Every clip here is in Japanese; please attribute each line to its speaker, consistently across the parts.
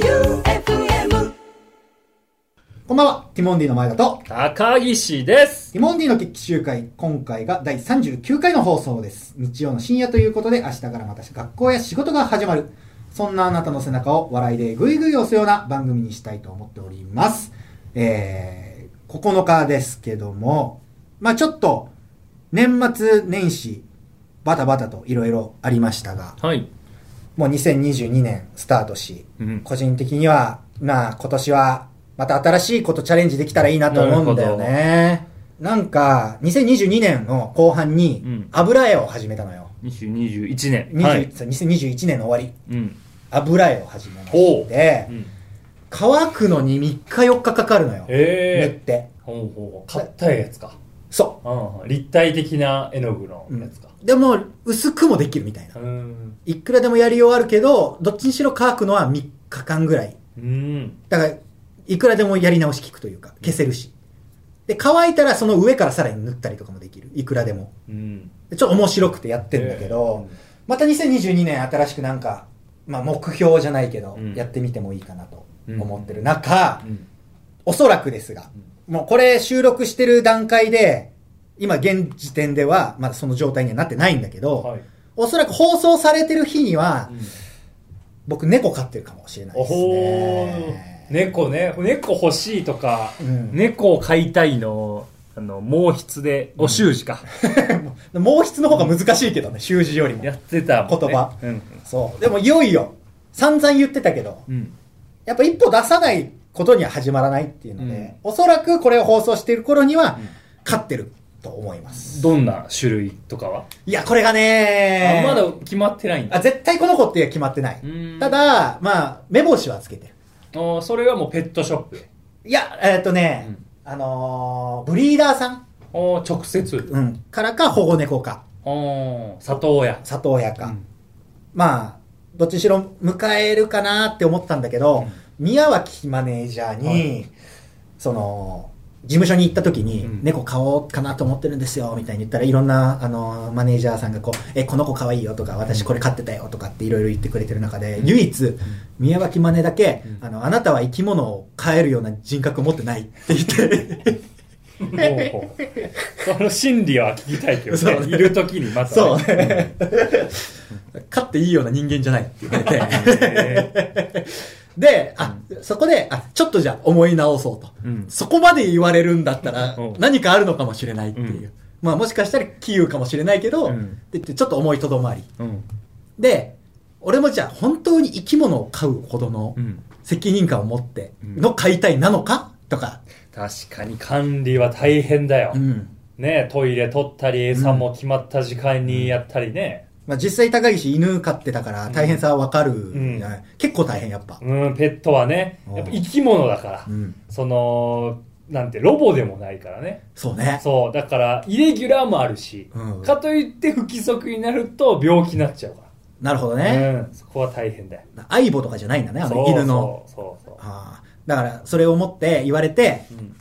Speaker 1: J-O-E-U-F-M
Speaker 2: こんばんは、ティモンディの前田と、
Speaker 3: 高岸です。
Speaker 2: ティモンディの決起集会、今回が第39回の放送です。日曜の深夜ということで、明日からまた学校や仕事が始まる。そんなあなたの背中を笑いでぐいぐい押すような番組にしたいと思っております。えー、9日ですけども、まあちょっと、年末年始、バタバタといろいろありましたが、
Speaker 3: はい。
Speaker 2: もう2022年スタートし、
Speaker 3: うん
Speaker 2: 個人的には、まあ今年はまた新しいことチャレンジできたらいいなと思うんだよね。なんか、2022年の後半
Speaker 3: う
Speaker 2: に
Speaker 3: ん
Speaker 2: 油絵を始めたのよ。
Speaker 3: 2021年。
Speaker 2: 20
Speaker 3: はい。
Speaker 2: 2021年の終わり、
Speaker 3: うん。
Speaker 2: 油絵を始めま
Speaker 3: ほ
Speaker 2: し
Speaker 3: う
Speaker 2: て、
Speaker 3: うん。
Speaker 2: 乾くのに3日4日かかるのよ。塗っ
Speaker 3: ええ。
Speaker 2: て。
Speaker 3: ほうほう。硬いやつか。
Speaker 2: そ
Speaker 3: うん。立体的な絵の具の
Speaker 2: う。うん
Speaker 3: やつか。
Speaker 2: でも、薄くもできるみたいな。
Speaker 3: うん。
Speaker 2: いくらでもやりようあるけど、どっちにしろ乾くのは3日間ぐらい。
Speaker 3: うん。
Speaker 2: だから、いくらでもやり直し効くというか、消せるし。で、乾いたらその上からさらに塗ったりとかもできる。いくらでも。
Speaker 3: うん。
Speaker 2: でちょっと面白くてやってるんだけど、また2022年新しくなんか、まあ目標じゃないけど、
Speaker 3: うん
Speaker 2: やってみてもいいかなと思ってる中、
Speaker 3: うん。
Speaker 2: おそらくですが、もうこれ収録してる段階で、今現時点ではまだその状態にはなってないんだけど、
Speaker 3: はい。
Speaker 2: おそらく放送されてる日には、
Speaker 3: うん
Speaker 2: 僕猫飼ってるかもしれない
Speaker 3: お
Speaker 2: です
Speaker 3: ほー
Speaker 2: ね。
Speaker 3: 猫ね。猫欲しいとか
Speaker 2: う、ん
Speaker 3: 猫を飼いたいの、あの、毛筆で、お習字か。
Speaker 2: 毛筆の方が難しいけどね、習字よりも
Speaker 3: や。ってたもんね。
Speaker 2: 言葉
Speaker 3: うん。
Speaker 2: そう。でもいよいよ、散々言ってたけど、
Speaker 3: うん。
Speaker 2: やっぱ一歩出さないことには始まらないっていうので、
Speaker 3: うん
Speaker 2: おそらくこれを放送している頃には
Speaker 3: うん、
Speaker 2: 勝ってると思います。
Speaker 3: どんな種類とかは
Speaker 2: いや、これが
Speaker 3: あ
Speaker 2: ね
Speaker 3: まだ決まってないん
Speaker 2: あ、
Speaker 3: だ。
Speaker 2: 絶対この子っていうのは決まってない。
Speaker 3: うん
Speaker 2: ただ、まあ、目星はつけてる。
Speaker 3: おそれはもうペットショップで。
Speaker 2: いや、えーっ、とね、
Speaker 3: うん
Speaker 2: あのーブリーダーさん、
Speaker 3: お直接。
Speaker 2: うん、からか保護猫か、
Speaker 3: お里親。
Speaker 2: 里親か。
Speaker 3: うん
Speaker 2: まあ、どっちにしろ迎えるかなって思ったんだけど、宮脇マネージャーに、
Speaker 3: はい
Speaker 2: その、事務所に行った時に、
Speaker 3: うん
Speaker 2: 猫買おうかなと思ってるんですよ、みたいに言ったらいろんな、あの、マネージャーさんがこう、え、この子可愛いよとか、私これ飼ってたよとかっていろいろ言ってくれてる中で、唯一、宮脇マネだけ、
Speaker 3: うん
Speaker 2: あの、あなたは生き物を飼えるような人格を持ってないって言 って、
Speaker 3: ほうほうその心理は聞きたいけど
Speaker 2: そうね
Speaker 3: ね。いる時にまた。
Speaker 2: そう。飼っていいような人間じゃないって言われて。
Speaker 3: へ
Speaker 2: で、あ、そこで、あ、ちょっとじゃあ思い直そうと。
Speaker 3: うん
Speaker 2: そこまで言われるんだったら
Speaker 3: うん、
Speaker 2: 何かあるのかもしれないっていう。
Speaker 3: うん
Speaker 2: まあもしかしたら杞憂かもしれないけど、
Speaker 3: うん
Speaker 2: って言ってちょっと思いとどまり。
Speaker 3: ーうん。
Speaker 2: で、俺もじゃあ本当に生き物を飼うほどの
Speaker 3: うん。
Speaker 2: 責任感を持って
Speaker 3: うん
Speaker 2: の飼いたいなのかとか。
Speaker 3: 確かに管理は大変だよ
Speaker 2: う。ん。
Speaker 3: ねトイレ取ったり、餌も決まった時間にやったりね。
Speaker 2: まあ実際高岸犬飼ってたから大変さはわかる
Speaker 3: ん
Speaker 2: じゃない、結構大変やっぱ。
Speaker 3: うん、ペットはね、やっぱ生き物だから
Speaker 2: う。ん。
Speaker 3: その、なんて、ロボでもないからね。
Speaker 2: そうね。
Speaker 3: そう、だから、イレギュラーもあるし、
Speaker 2: うん
Speaker 3: かといって不規則になると病気になっちゃうか
Speaker 2: なるほど
Speaker 3: ら。
Speaker 2: ね。
Speaker 3: うん、そこは大変だよ。
Speaker 2: アイボとかじゃないんだね、あの
Speaker 3: そう
Speaker 2: 犬の。
Speaker 3: そうそうそ
Speaker 2: ああだから、それを持って言われて、
Speaker 3: う。うん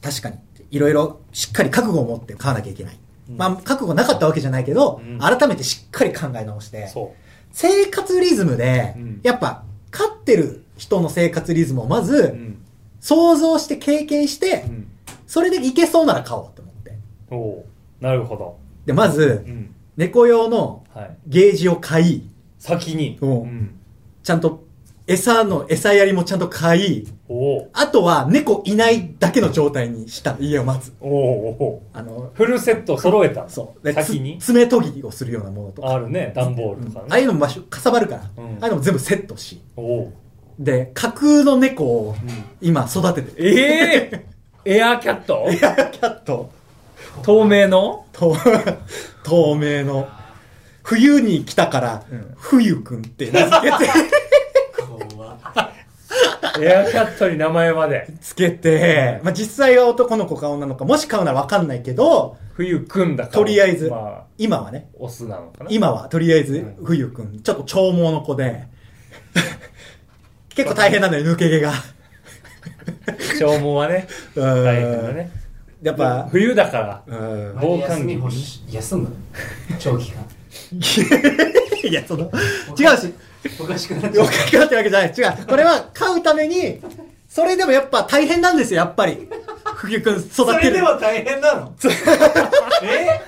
Speaker 2: 確かに、いろいろしっかり覚悟を持って買わなきゃいけない。
Speaker 3: うん
Speaker 2: まあ、覚悟なかったわけじゃないけど、
Speaker 3: うん
Speaker 2: 改めてしっかり考え直して、
Speaker 3: そ
Speaker 2: 生活リズムで、
Speaker 3: うん
Speaker 2: やっぱ、飼ってる人の生活リズムをま
Speaker 3: う。う
Speaker 2: ず、
Speaker 3: ん。
Speaker 2: 想像して経験して
Speaker 3: う、ん。
Speaker 2: それでいけそうなら買おうと思って。
Speaker 3: おおなるほど。
Speaker 2: で、まず
Speaker 3: う、ん。
Speaker 2: 猫用の
Speaker 3: はい。
Speaker 2: ゲージを買い、
Speaker 3: 先に。。
Speaker 2: おうんちゃんと、餌の、餌やりもちゃんと買い、
Speaker 3: おう
Speaker 2: あとは猫いないだけの状態にした家をまず。
Speaker 3: おうおう
Speaker 2: あの、
Speaker 3: フルセット揃えたの
Speaker 2: そう。で
Speaker 3: 先に
Speaker 2: つ爪研ぎをするようなものとか。
Speaker 3: あるね、段ボールとか
Speaker 2: ああい
Speaker 3: ね。
Speaker 2: うのも場所、かさばるから。
Speaker 3: うん
Speaker 2: ああいうのも全部セットし。
Speaker 3: おおう
Speaker 2: で、架空の猫を
Speaker 3: ん
Speaker 2: 今育ててる。
Speaker 3: ええエアー キャット
Speaker 2: エアーキャット。
Speaker 3: 透明の
Speaker 2: と 透明の。冬に来たから、冬くんって名付けて、
Speaker 3: エアーキャットに名前まで。
Speaker 2: つけて、まあ、実際は男の子か女の子か、もし買うならわかんないけど、
Speaker 3: 冬くんだから。
Speaker 2: とりあえず
Speaker 3: まあ、
Speaker 2: 今はね、
Speaker 3: オスなのかな。
Speaker 2: 今はとりあえず冬くん、ちょっと長毛の子 で、結構大変なのよ、抜け毛が。
Speaker 3: 消耗はね、大変だね。
Speaker 2: やっぱ、
Speaker 3: 冬だから、
Speaker 2: うん。
Speaker 3: 防寒着。
Speaker 4: 休む長期間
Speaker 2: いや、その、違うし、
Speaker 4: おかしくなっちゃ
Speaker 2: よ
Speaker 4: う
Speaker 2: くかかってるわけじゃない。違う。これは飼うために、それでもやっぱ大変なんですよ、やっぱり。藤くん育てる。
Speaker 4: それでは大変なのえ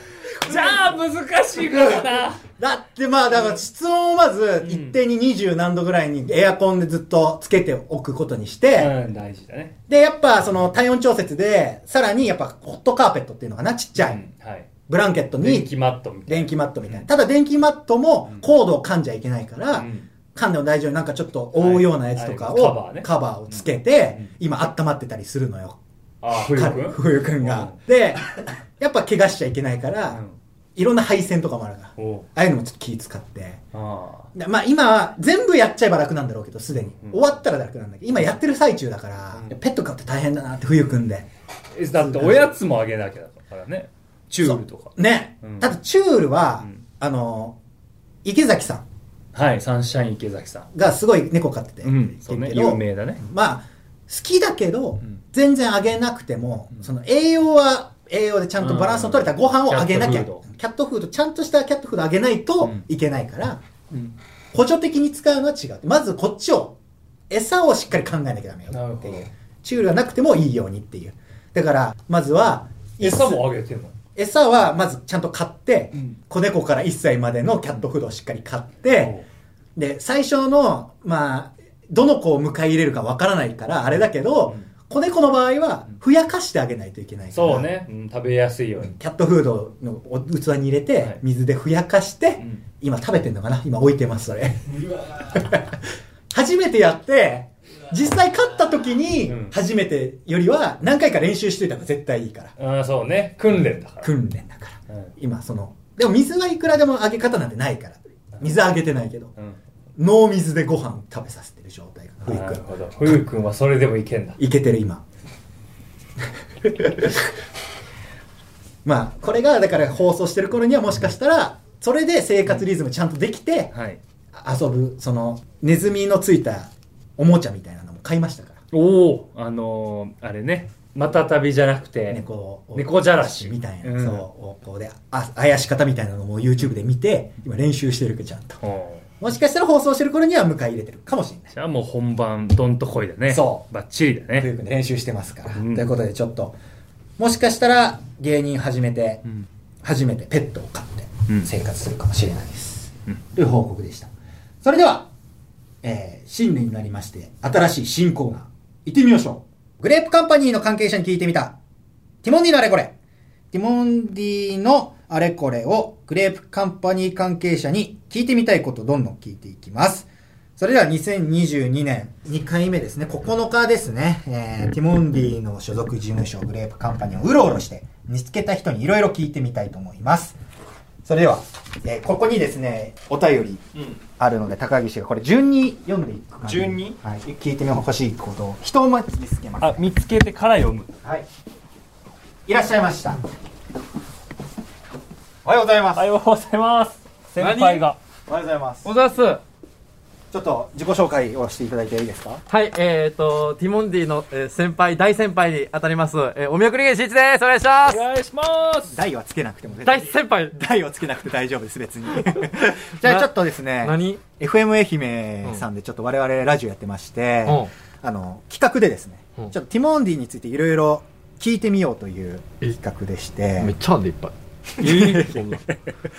Speaker 3: じゃあ難しいからな。
Speaker 2: だってまあ、だから室温をまず
Speaker 3: ん
Speaker 2: 一定に20何度ぐらいにエアコンでずっとつけておくことにして、
Speaker 3: うん、大事だね。
Speaker 2: で、やっぱその体温調節で、さらにやっぱホットカーペットっていうのかな、ちっちゃい。
Speaker 3: うんはい。
Speaker 2: ブランケット
Speaker 3: 電
Speaker 2: に
Speaker 3: 気マットみたい
Speaker 2: 電気マットみたいな。
Speaker 3: うん
Speaker 2: ただ電気マットもコードを噛んじゃいけないから、
Speaker 3: な。うん
Speaker 2: 噛んでも大丈夫なんかちょっと覆うようなやつとかを、
Speaker 3: はいはいカバーね
Speaker 2: カバーをつけて、
Speaker 3: うん
Speaker 2: 今温まってたりするのよ。
Speaker 3: あ、 冬く
Speaker 2: か
Speaker 3: ん
Speaker 2: 冬くんが。で、やっぱ怪我しちゃいけないから、いろんな配線とかもあるから。あ
Speaker 3: うんおう
Speaker 2: あいうのもちょっと気使って。
Speaker 3: あ
Speaker 2: でまあ今は全部やっちゃえば楽なんだろうけど、すでに。
Speaker 3: うん
Speaker 2: 終わったら楽なんだけど、今やってる最中だから、
Speaker 4: うん
Speaker 2: ペット飼って大変だなって冬くんで。
Speaker 3: ーえだっておやつもあげなきゃだからね。チュールとか。
Speaker 2: ね。
Speaker 3: うん
Speaker 2: ただチュールは、
Speaker 3: うん
Speaker 2: あの、池崎さん
Speaker 3: はい、サンシャイン池崎さ
Speaker 2: がすごい猫飼ってて、
Speaker 3: ん。うん、そうね。
Speaker 2: 言ってるけど
Speaker 3: 有名だね。
Speaker 2: まあ、好きだけど、
Speaker 3: うん
Speaker 2: 全然あげなくても、
Speaker 3: うん
Speaker 2: その栄養は栄養でちゃんとバランスの取れたご飯をあげなきゃ、
Speaker 3: キャットフー
Speaker 2: キャットフード、ちゃんとしたキャットフードあげないと
Speaker 3: うん
Speaker 2: いけないから、
Speaker 3: うん。
Speaker 2: 補助的に使うのは違う。まずこっちを、餌をしっかり考えなきゃダメ
Speaker 3: なる
Speaker 2: よっ
Speaker 3: ほ
Speaker 2: て
Speaker 3: ど
Speaker 2: いう。チュールがなくてもいいようにっていう。だから、まずは、
Speaker 3: 餌もあげてんの
Speaker 2: 餌はまずちゃんと買って、
Speaker 3: うん
Speaker 2: 子猫から1歳までのキャットフードをしっかり買って、で、最初の、まあ、どの子を迎え入れるかわからないから、あれだけど、
Speaker 3: うん
Speaker 2: 子猫の場合は、ふやかしてあげないといけないから。
Speaker 3: そう。ね。うん食べやすいように。
Speaker 2: キャットフードのお器に入れて、
Speaker 3: はい
Speaker 2: 水でふやかして、
Speaker 3: ん
Speaker 2: 今食べてんのかな今置いてます、それ。初めてやって、実際勝った時に
Speaker 3: うん、
Speaker 2: 初めてよりは、何回か練習しといた方が絶対いいから。
Speaker 3: あーそうね。訓練だから。
Speaker 2: 訓練だから。
Speaker 3: うん
Speaker 2: 今そのでも水はいくらでもあげ方なんてないから水あげてないけど
Speaker 3: うん。
Speaker 2: 脳水でご飯食べさせてる状態が冬
Speaker 3: な
Speaker 2: く
Speaker 3: る
Speaker 2: ん
Speaker 3: ほど。冬くんはそれでもいけんだ。
Speaker 2: いけてる今 まあこれがだから放送してる頃にはもしかしたらそれで生活リズムちゃんとできて
Speaker 3: はい。
Speaker 2: 遊ぶそのネズミのついたおもちゃみたいなのも買いましたから
Speaker 3: おおあのー、あれね。また旅じゃなくて。
Speaker 2: 猫を
Speaker 3: 猫じゃらし
Speaker 2: みたいな、
Speaker 3: うん
Speaker 2: そうをこうでああやし方みたいなのも YouTube で見て今練習してるけどちゃんと
Speaker 3: お
Speaker 2: もしかしたら放送してる頃には迎え入れてるかもしれない。
Speaker 3: じゃあもう本番、どんとこいだね。。
Speaker 2: そう
Speaker 3: バッチリだ
Speaker 2: とい
Speaker 3: ね。
Speaker 2: うことで練習してますから。
Speaker 3: うん
Speaker 2: ということでちょっと、もしかしたら芸人始めて、
Speaker 3: うん。
Speaker 2: 初めてペットを飼って
Speaker 3: うん
Speaker 2: 生活するかもしれないです。
Speaker 3: うん
Speaker 2: という報告でした。それでは、えー、新年になりまして、新しい新コーナー、行ってみましょう。グレープカンパニーの関係者に聞いてみた。ティモンディのあれこれ。ティモンディのあれこれをグレープカンパニー関係者に聞いてみたいことどんどん聞いていきます。それでは2022年2回目ですね、9日ですね、えーティモンディの所属事務所グレープカンパニーをうろうろして見つけた人にいろいろ聞いてみたいと思います。それでは、えーここにですね、お便り
Speaker 4: うん
Speaker 2: あるので高岸がこれ順に読んでいく感じ
Speaker 4: 順に
Speaker 2: はい、聞いてほしいことを人を待ちつけます。
Speaker 3: あ、見つけてから読む。
Speaker 2: はい。いらっしゃいました。おはようございま
Speaker 3: おはようございます。先輩が。
Speaker 2: おはようございます。
Speaker 5: おざっすは
Speaker 2: ちょっと自己紹介をしていただいていいですか。
Speaker 5: い、えーと、ティモンディの、えー先輩、大先輩に当たります、えー、お見送り芸人一ですお願いしま
Speaker 3: お
Speaker 5: す
Speaker 3: 願いします。
Speaker 2: 台はつけなくても。
Speaker 5: 大先輩
Speaker 2: 台をつけなくて大丈夫です別に。 じゃあちょっとですね。
Speaker 5: 何
Speaker 2: FM 愛媛さんでちょっと我々ラジオやってまして、
Speaker 5: うん
Speaker 2: あの企画でですね、
Speaker 5: うん
Speaker 2: ちょっとティモンディについていろいろ聞いてみようという企画でして、
Speaker 5: めっちゃあんでいっぱい。え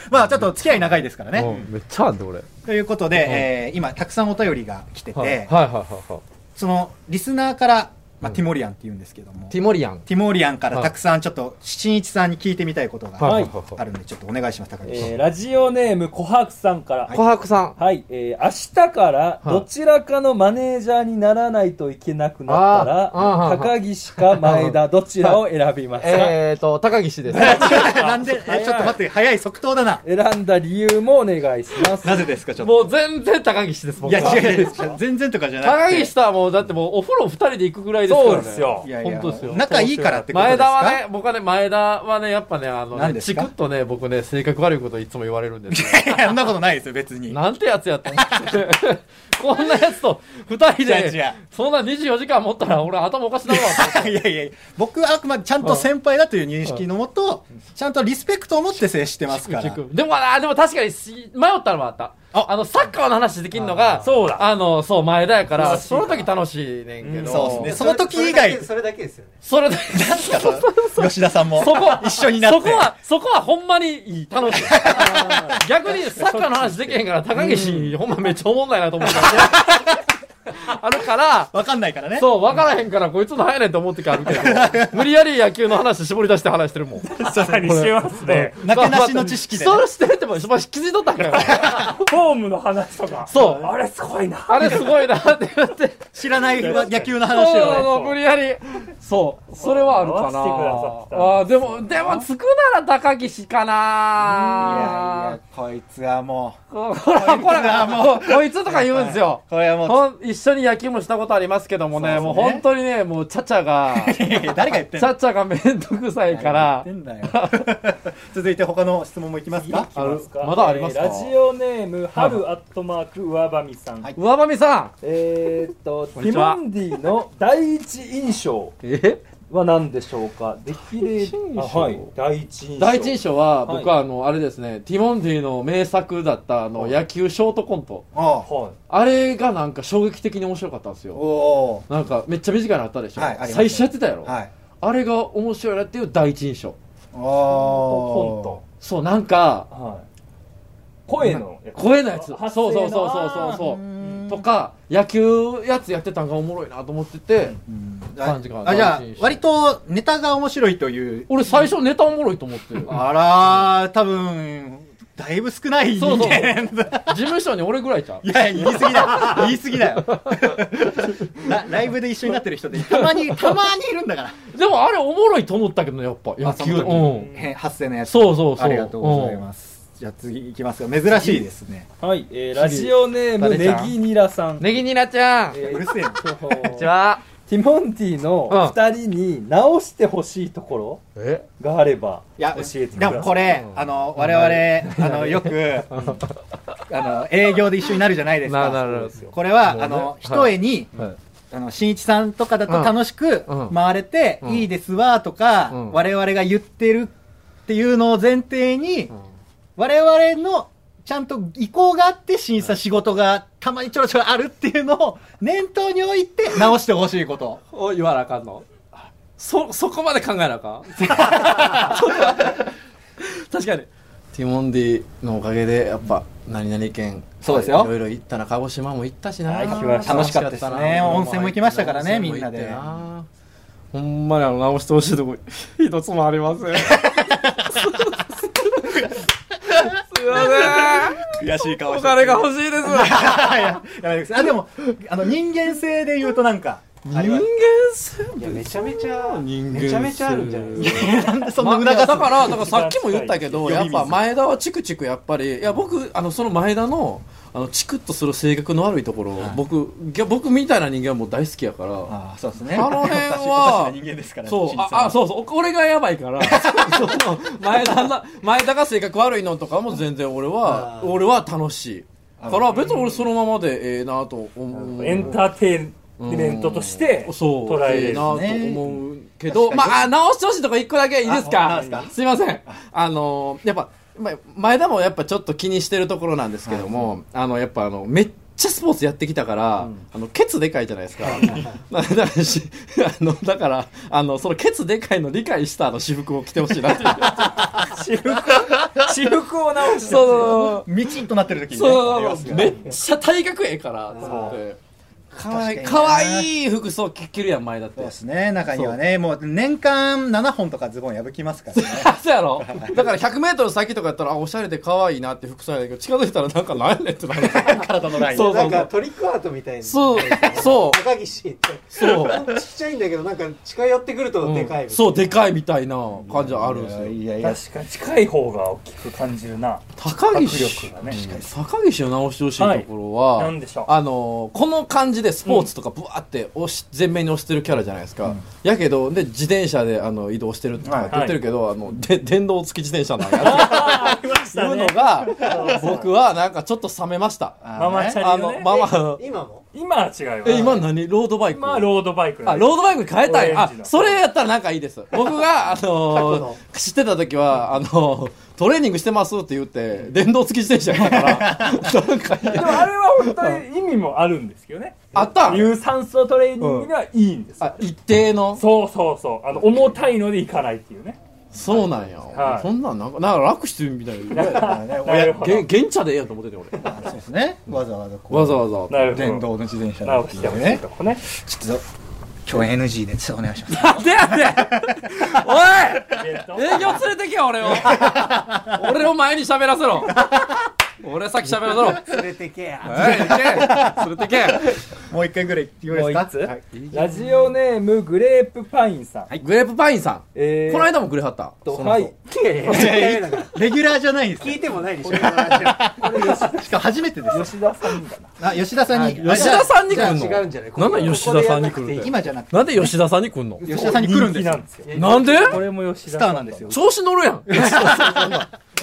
Speaker 2: まあちょっと付き合い長いですからね。
Speaker 5: めっちゃあんで俺。
Speaker 2: ということで、えー今たくさんお便りが来てて、
Speaker 5: はい、はい、はいはいは
Speaker 2: そのリスナーから、まあ、
Speaker 5: うん
Speaker 2: ティモリアンって言うんですけども、
Speaker 5: い。
Speaker 2: テ
Speaker 5: ティモリアン。
Speaker 2: ィモリアンから
Speaker 5: はい
Speaker 2: たくさんちょっと新一さんに聞いてみたいことが
Speaker 5: はい
Speaker 2: あるんでちょっとお願いします高橋さん、
Speaker 6: えーラジオネーム琥珀さんから、はい
Speaker 5: 琥珀さん。
Speaker 6: えー明日からどちらかのマネージャーにならないといけなくなったら、
Speaker 5: あーあー
Speaker 6: 高岸か前 田どちらを選びますか、
Speaker 5: えーと、高岸で す。
Speaker 2: なんでえちょっと待って早い即答だ な
Speaker 6: 選んだ理由もお願いします
Speaker 2: なぜですかちょっと
Speaker 5: もう全然高岸です、
Speaker 2: い
Speaker 5: 僕
Speaker 2: や
Speaker 5: は。
Speaker 2: 違う違う違う全然とかじゃな
Speaker 5: 高
Speaker 2: くて
Speaker 5: 岸とはもう、だってもうお風呂二人で行くぐらいですから、ね。
Speaker 6: そうですよ
Speaker 2: いやいや
Speaker 5: 本当ですよ。
Speaker 2: 仲いいからってことです
Speaker 5: 前田
Speaker 2: か
Speaker 5: はね、僕はね、前田はね、やっぱね、あの
Speaker 2: 何
Speaker 5: ね、
Speaker 2: です
Speaker 5: チ
Speaker 2: か
Speaker 5: クッとね、僕ね、性格悪いことをいつも言われるんですよ。
Speaker 2: い やそんなことないですよ別に
Speaker 5: なんてやつやと思って。 こんなやつと二人
Speaker 2: 違う違う
Speaker 5: で、そんな24時間持ったら俺頭おかしなるわと思っ
Speaker 2: いやいやいや僕はあくまでちゃんと先輩だという認識のもとちゃんとリスペクトを持って接してますか
Speaker 5: て
Speaker 2: ら
Speaker 5: 聞く。でも、あーでも確かにし迷ったのもあった。あの、サッカーの話できるのが、
Speaker 3: そうだ
Speaker 5: あの、そう、前だやから、
Speaker 3: 難しい
Speaker 5: その時楽しいねんけど。
Speaker 2: そうですね。その時以外、
Speaker 4: それだけですよね。
Speaker 5: それで、
Speaker 2: なんすかその、吉田さんも
Speaker 5: そこ、
Speaker 2: 一緒になって。
Speaker 5: そこは、そこはほんまにいい楽しい。逆にサッカーの話できへんから、高岸、ほんまめっちゃおもんないなと思ったら。あるから、
Speaker 2: わかんないからね。
Speaker 5: そう、分からへんから、こいつの早いねんと思ってきあるけど、無理やり野球の話絞り出して話してるもん。
Speaker 3: さにしてますね。
Speaker 2: なけなしの知識でね
Speaker 5: そうしてるっても、しばし気づいとったんから。
Speaker 3: フォームの話とか。
Speaker 5: そう。
Speaker 3: あれすごいな。
Speaker 5: あれすごいなって言って。
Speaker 2: 知らない野球の
Speaker 5: そう
Speaker 2: 話を
Speaker 5: そう
Speaker 2: ね。
Speaker 5: そう無理やり。そう、それはあるかな。
Speaker 3: 合わせてくださった
Speaker 5: あーでも、でも、つくなら高岸か
Speaker 2: いやい
Speaker 5: な
Speaker 2: や。こいつはも
Speaker 5: ここれ、こ れ、こいつとか言うんですよ。
Speaker 2: う、これはも
Speaker 5: ほん一緒に野球もしたことありますけどもね、
Speaker 2: そう
Speaker 5: も
Speaker 2: そううね
Speaker 5: 本当にね、もうちゃち ゃが、
Speaker 2: う、いやいや誰が言ってん
Speaker 5: ちゃ
Speaker 2: の
Speaker 5: ちゃがめんどくさいから
Speaker 2: 誰、が言ってんだよ 続いて他の質問もいきますか
Speaker 5: ある
Speaker 6: すか
Speaker 5: まだあります
Speaker 6: え
Speaker 5: か
Speaker 6: ーラジオネーム、はるアットマーク、上ばみさん。
Speaker 2: はい
Speaker 5: 上ばみさん
Speaker 6: えー、っと、
Speaker 5: こん
Speaker 6: テ
Speaker 5: に
Speaker 6: ィ
Speaker 5: ちは
Speaker 6: モンディの第一印象
Speaker 5: え
Speaker 6: は何でしょうか出来レ
Speaker 5: 第一印
Speaker 6: あ
Speaker 5: 象
Speaker 6: はい。第一印象。
Speaker 5: 第一印象は、
Speaker 6: はい
Speaker 5: 僕はあの、あれですね、ティモンディの名作だったあの、野球ショートコント。
Speaker 2: おう
Speaker 6: は
Speaker 5: あれがなんか衝撃的に面白かったんですよ。
Speaker 2: お
Speaker 5: なんか、めっちゃ短いのあったでしょ
Speaker 2: はいありました
Speaker 5: 最初やってたやろ
Speaker 2: うはい。
Speaker 5: あれが面白いなっていう第一印象。
Speaker 2: お
Speaker 6: コン
Speaker 2: お
Speaker 6: ト。
Speaker 5: そう、なんか
Speaker 6: い。、はい。声のやつ。
Speaker 5: 声のやつ。そう
Speaker 6: 発
Speaker 5: そう
Speaker 6: 声の
Speaker 5: そうそうそうそう。とか、野球やつやってたんがおもろいなと思ってて、
Speaker 2: あ
Speaker 5: 三時間
Speaker 2: あじゃあ
Speaker 5: 第一印象
Speaker 2: 割とネタが面白いという
Speaker 5: 俺最初ネタおもろいと思ってる。
Speaker 2: あらー多分だいぶ少ない人
Speaker 5: そうそう
Speaker 2: 間だ
Speaker 5: 事務所に俺ぐらいちゃう
Speaker 2: いや、言い過ぎだ。言い過ぎだよ。 ラライブで一緒になってる人で、たまに、たまにいるんだ から。
Speaker 5: でもあれおもろいと思ったけどね、やっぱ。野球。
Speaker 2: その時
Speaker 5: うん。
Speaker 2: へ発声のやつ。
Speaker 5: そうそうそう
Speaker 2: ありがとうございます。じゃあ次いきますよ。珍しいですね。
Speaker 6: はい。えー、ラジオネーム、
Speaker 5: 誰ちゃ
Speaker 6: ネ
Speaker 5: ん
Speaker 6: ギニラさん。
Speaker 5: ネギニラちゃん。こ
Speaker 6: えー
Speaker 2: うる せえな。
Speaker 6: こ
Speaker 5: んにちは。
Speaker 6: ティモンディの二人に直してほしいところ
Speaker 5: え
Speaker 6: があれば
Speaker 2: いや
Speaker 6: 教えてく
Speaker 2: で
Speaker 6: だ
Speaker 2: も
Speaker 6: さ
Speaker 2: こ
Speaker 6: い。
Speaker 2: れ、あの、我々、あの、よく、あの、営業で一緒になるじゃないですか。
Speaker 5: なるなる
Speaker 2: これは、
Speaker 5: もうね
Speaker 2: あの、ひ
Speaker 5: は
Speaker 2: と
Speaker 5: い
Speaker 2: えに、
Speaker 5: はい
Speaker 2: あの、新一さんとかだと楽しく
Speaker 5: うん
Speaker 2: 回れて、
Speaker 5: うん
Speaker 2: いいですわとか、
Speaker 5: うん
Speaker 2: 我々が言ってるっていうのを前提に、我々のちゃんと意向があって審査仕事がたまにちょろちょろあるっていうのを念頭に置いて直してほしい こと。
Speaker 5: お言わなあかんのそ、そこまで考えなあ かん確かに。ティモンディのおかげで、やっぱ、何々県。
Speaker 2: そうですよ
Speaker 5: いろいろ行ったな、鹿児島も行ったしな。
Speaker 6: はい行きました
Speaker 2: 楽しかったですね
Speaker 5: な
Speaker 2: 温泉も行きましたからね
Speaker 5: 温泉も行って
Speaker 2: みんなで
Speaker 5: なほんまにあの、直してほしいとこ、一つもあり ませ ん。す
Speaker 2: 悔しい
Speaker 5: いませ
Speaker 2: 顔
Speaker 5: ん。お金が欲しいです。
Speaker 2: ややめてくださいあでもあの人間性で言うとなんかあります
Speaker 5: 性
Speaker 4: いや、めちゃめちゃ、
Speaker 5: 人間性
Speaker 4: めちゃめちゃあるん じゃないですか。
Speaker 2: なんでそん
Speaker 5: まあ
Speaker 2: ない促
Speaker 5: や
Speaker 2: す
Speaker 5: だ
Speaker 2: の
Speaker 5: からだからさっきも言ったけど
Speaker 2: 一番近
Speaker 5: やっ
Speaker 2: い
Speaker 5: ぱ前田はチクチクやっぱりいや僕あのその前田のあのチクッとする性格の悪いところ、僕いや僕みたいな人間はもう大好きやから
Speaker 2: あーそうですね
Speaker 5: あの辺は
Speaker 2: おかしいおかしな人間ですから
Speaker 5: そう
Speaker 2: 新一さん
Speaker 5: ああそうそうお俺がやばいからその前田な前田が性格悪いのとかも全然俺は俺は楽しいから別に俺そのままでええなと思う
Speaker 4: エンターテインメントとして
Speaker 5: そう
Speaker 4: 捉えれる
Speaker 5: なと思うけ
Speaker 2: 確
Speaker 5: ど、
Speaker 2: かに
Speaker 5: まああ直してほしいとこ一個だけいいです
Speaker 2: あ
Speaker 5: か
Speaker 2: 何ですか
Speaker 5: すいませんあのやっぱま前田もやっぱちょっと気にしてるところなんですけども、あのやっぱあのめっちゃスポーツやってきたから、あのケツでかいじゃないですかなだからしあのだからあのそのケツでかいの理解したあの私服を着てほしいなっていう
Speaker 6: 私服を直して
Speaker 5: そう
Speaker 2: ミチンとなってる時にね
Speaker 5: そう
Speaker 2: あります
Speaker 5: そう
Speaker 2: よ
Speaker 5: めっちゃ体格ええからと思ってかわい
Speaker 2: 確
Speaker 5: い
Speaker 2: かにな
Speaker 5: かわいい服装着るやん前田って
Speaker 2: そうですね中にはねもう年間7本とかズボン破きますからね
Speaker 5: そう やろだから 100m 先とかやったら、あ、おしゃれで可愛いなって服装やねんけど、近づいたらなんかなんやねんって なる。
Speaker 2: 体のライン
Speaker 5: そう
Speaker 4: なんかトリックアートみたいな。
Speaker 5: そう、そ
Speaker 4: 高岸って。
Speaker 5: う、そう。
Speaker 4: ちっちゃいんだけど、なんか近寄ってくるとでかいみたいな、
Speaker 5: うんそう、でかいみたいな感じはあるんですよ。
Speaker 2: いやいや
Speaker 6: 確かに近い方が大きく感じるな。
Speaker 5: 高
Speaker 6: 迫
Speaker 5: 岸
Speaker 6: 力、がね。
Speaker 5: 高岸を直してほしいところは、
Speaker 6: はいなんでしょう
Speaker 5: あのーこの感じでスポーツとかブワーって押し、前面に押してるキャラじゃないですか。やけど、で、自転車であの移動してるとかって言ってるけど、あの、で電動付き自転車なんや。
Speaker 6: たね
Speaker 5: の が、僕はなんかちょっと冷めました。
Speaker 2: マ
Speaker 6: ママチャ
Speaker 5: あ
Speaker 6: リの
Speaker 5: の、
Speaker 6: ね。
Speaker 5: まあまあ、
Speaker 4: 今も
Speaker 6: 今は違うよ。
Speaker 5: え、今何ロードバイク
Speaker 6: 今はロードバイクな
Speaker 5: あ、
Speaker 6: んだ
Speaker 5: ロードバイクに変えたい。
Speaker 6: オレン
Speaker 5: あ
Speaker 6: ジの、
Speaker 5: それやったらなんかいいです。僕が、あ
Speaker 4: 去
Speaker 5: の
Speaker 4: の
Speaker 5: ー知ってた時は、あのートレーニングしてますって言って、電動付き自転車や ったから、なんかいい
Speaker 6: でもあれは本当に意味もあるんですけどね。
Speaker 5: あった
Speaker 6: 有酸素トレーニングにはいいんですよ
Speaker 5: あ、一定の。
Speaker 6: そうそうそう。あの、重たいのでいかないっていうね。
Speaker 5: そうなんや。
Speaker 6: はい
Speaker 5: そんなん、なんか、なんか楽してるみたいな。
Speaker 6: なるほど
Speaker 5: げ。現茶でええやと思ってて、俺。
Speaker 2: そうですね。わざわざこう
Speaker 5: わざわざ。
Speaker 6: なるほど。
Speaker 2: 電動の自転車
Speaker 6: 直してほしいとこね。
Speaker 2: ちょっと今日 NG でちょっとお願いします。
Speaker 5: でやでお
Speaker 6: えっと
Speaker 5: い営業連れてけよ、俺を。俺を前に喋らせろ。俺先喋らせろ。
Speaker 4: 連れてけや
Speaker 5: はい、行け。連れて
Speaker 2: もう一回ぐらい言
Speaker 6: も
Speaker 2: わ
Speaker 6: う
Speaker 2: れ
Speaker 6: 一
Speaker 2: ます
Speaker 6: つ、
Speaker 2: か。
Speaker 6: ラジオネームグレープパインさん。
Speaker 5: け。グレープパインさん。
Speaker 6: えー、
Speaker 5: この間もくれはった。
Speaker 6: と
Speaker 5: その
Speaker 6: はい。
Speaker 4: いやいやいやいやだから
Speaker 2: レギュラーじゃないんです
Speaker 4: 聞
Speaker 2: よ
Speaker 4: いてもないでしょ
Speaker 2: しかも初めてですよ。
Speaker 6: 吉田さんだな。
Speaker 7: あ、吉田さんに。
Speaker 5: 人吉田さんに来
Speaker 7: じゃあ
Speaker 5: る
Speaker 7: じゃ
Speaker 5: の
Speaker 4: 違うんじゃない
Speaker 5: なんだ吉田さんに来る
Speaker 4: こ
Speaker 5: っ
Speaker 4: こ
Speaker 5: て。
Speaker 7: 今じゃなくて、
Speaker 5: なんで吉田さんに来んの
Speaker 2: 吉田さんに来るんです
Speaker 6: 人気な
Speaker 2: よ
Speaker 6: ん。ですよ。
Speaker 5: なんで
Speaker 6: これも吉
Speaker 2: ス
Speaker 6: 田さん
Speaker 2: ターなんですよ。
Speaker 5: 調子乗るやん。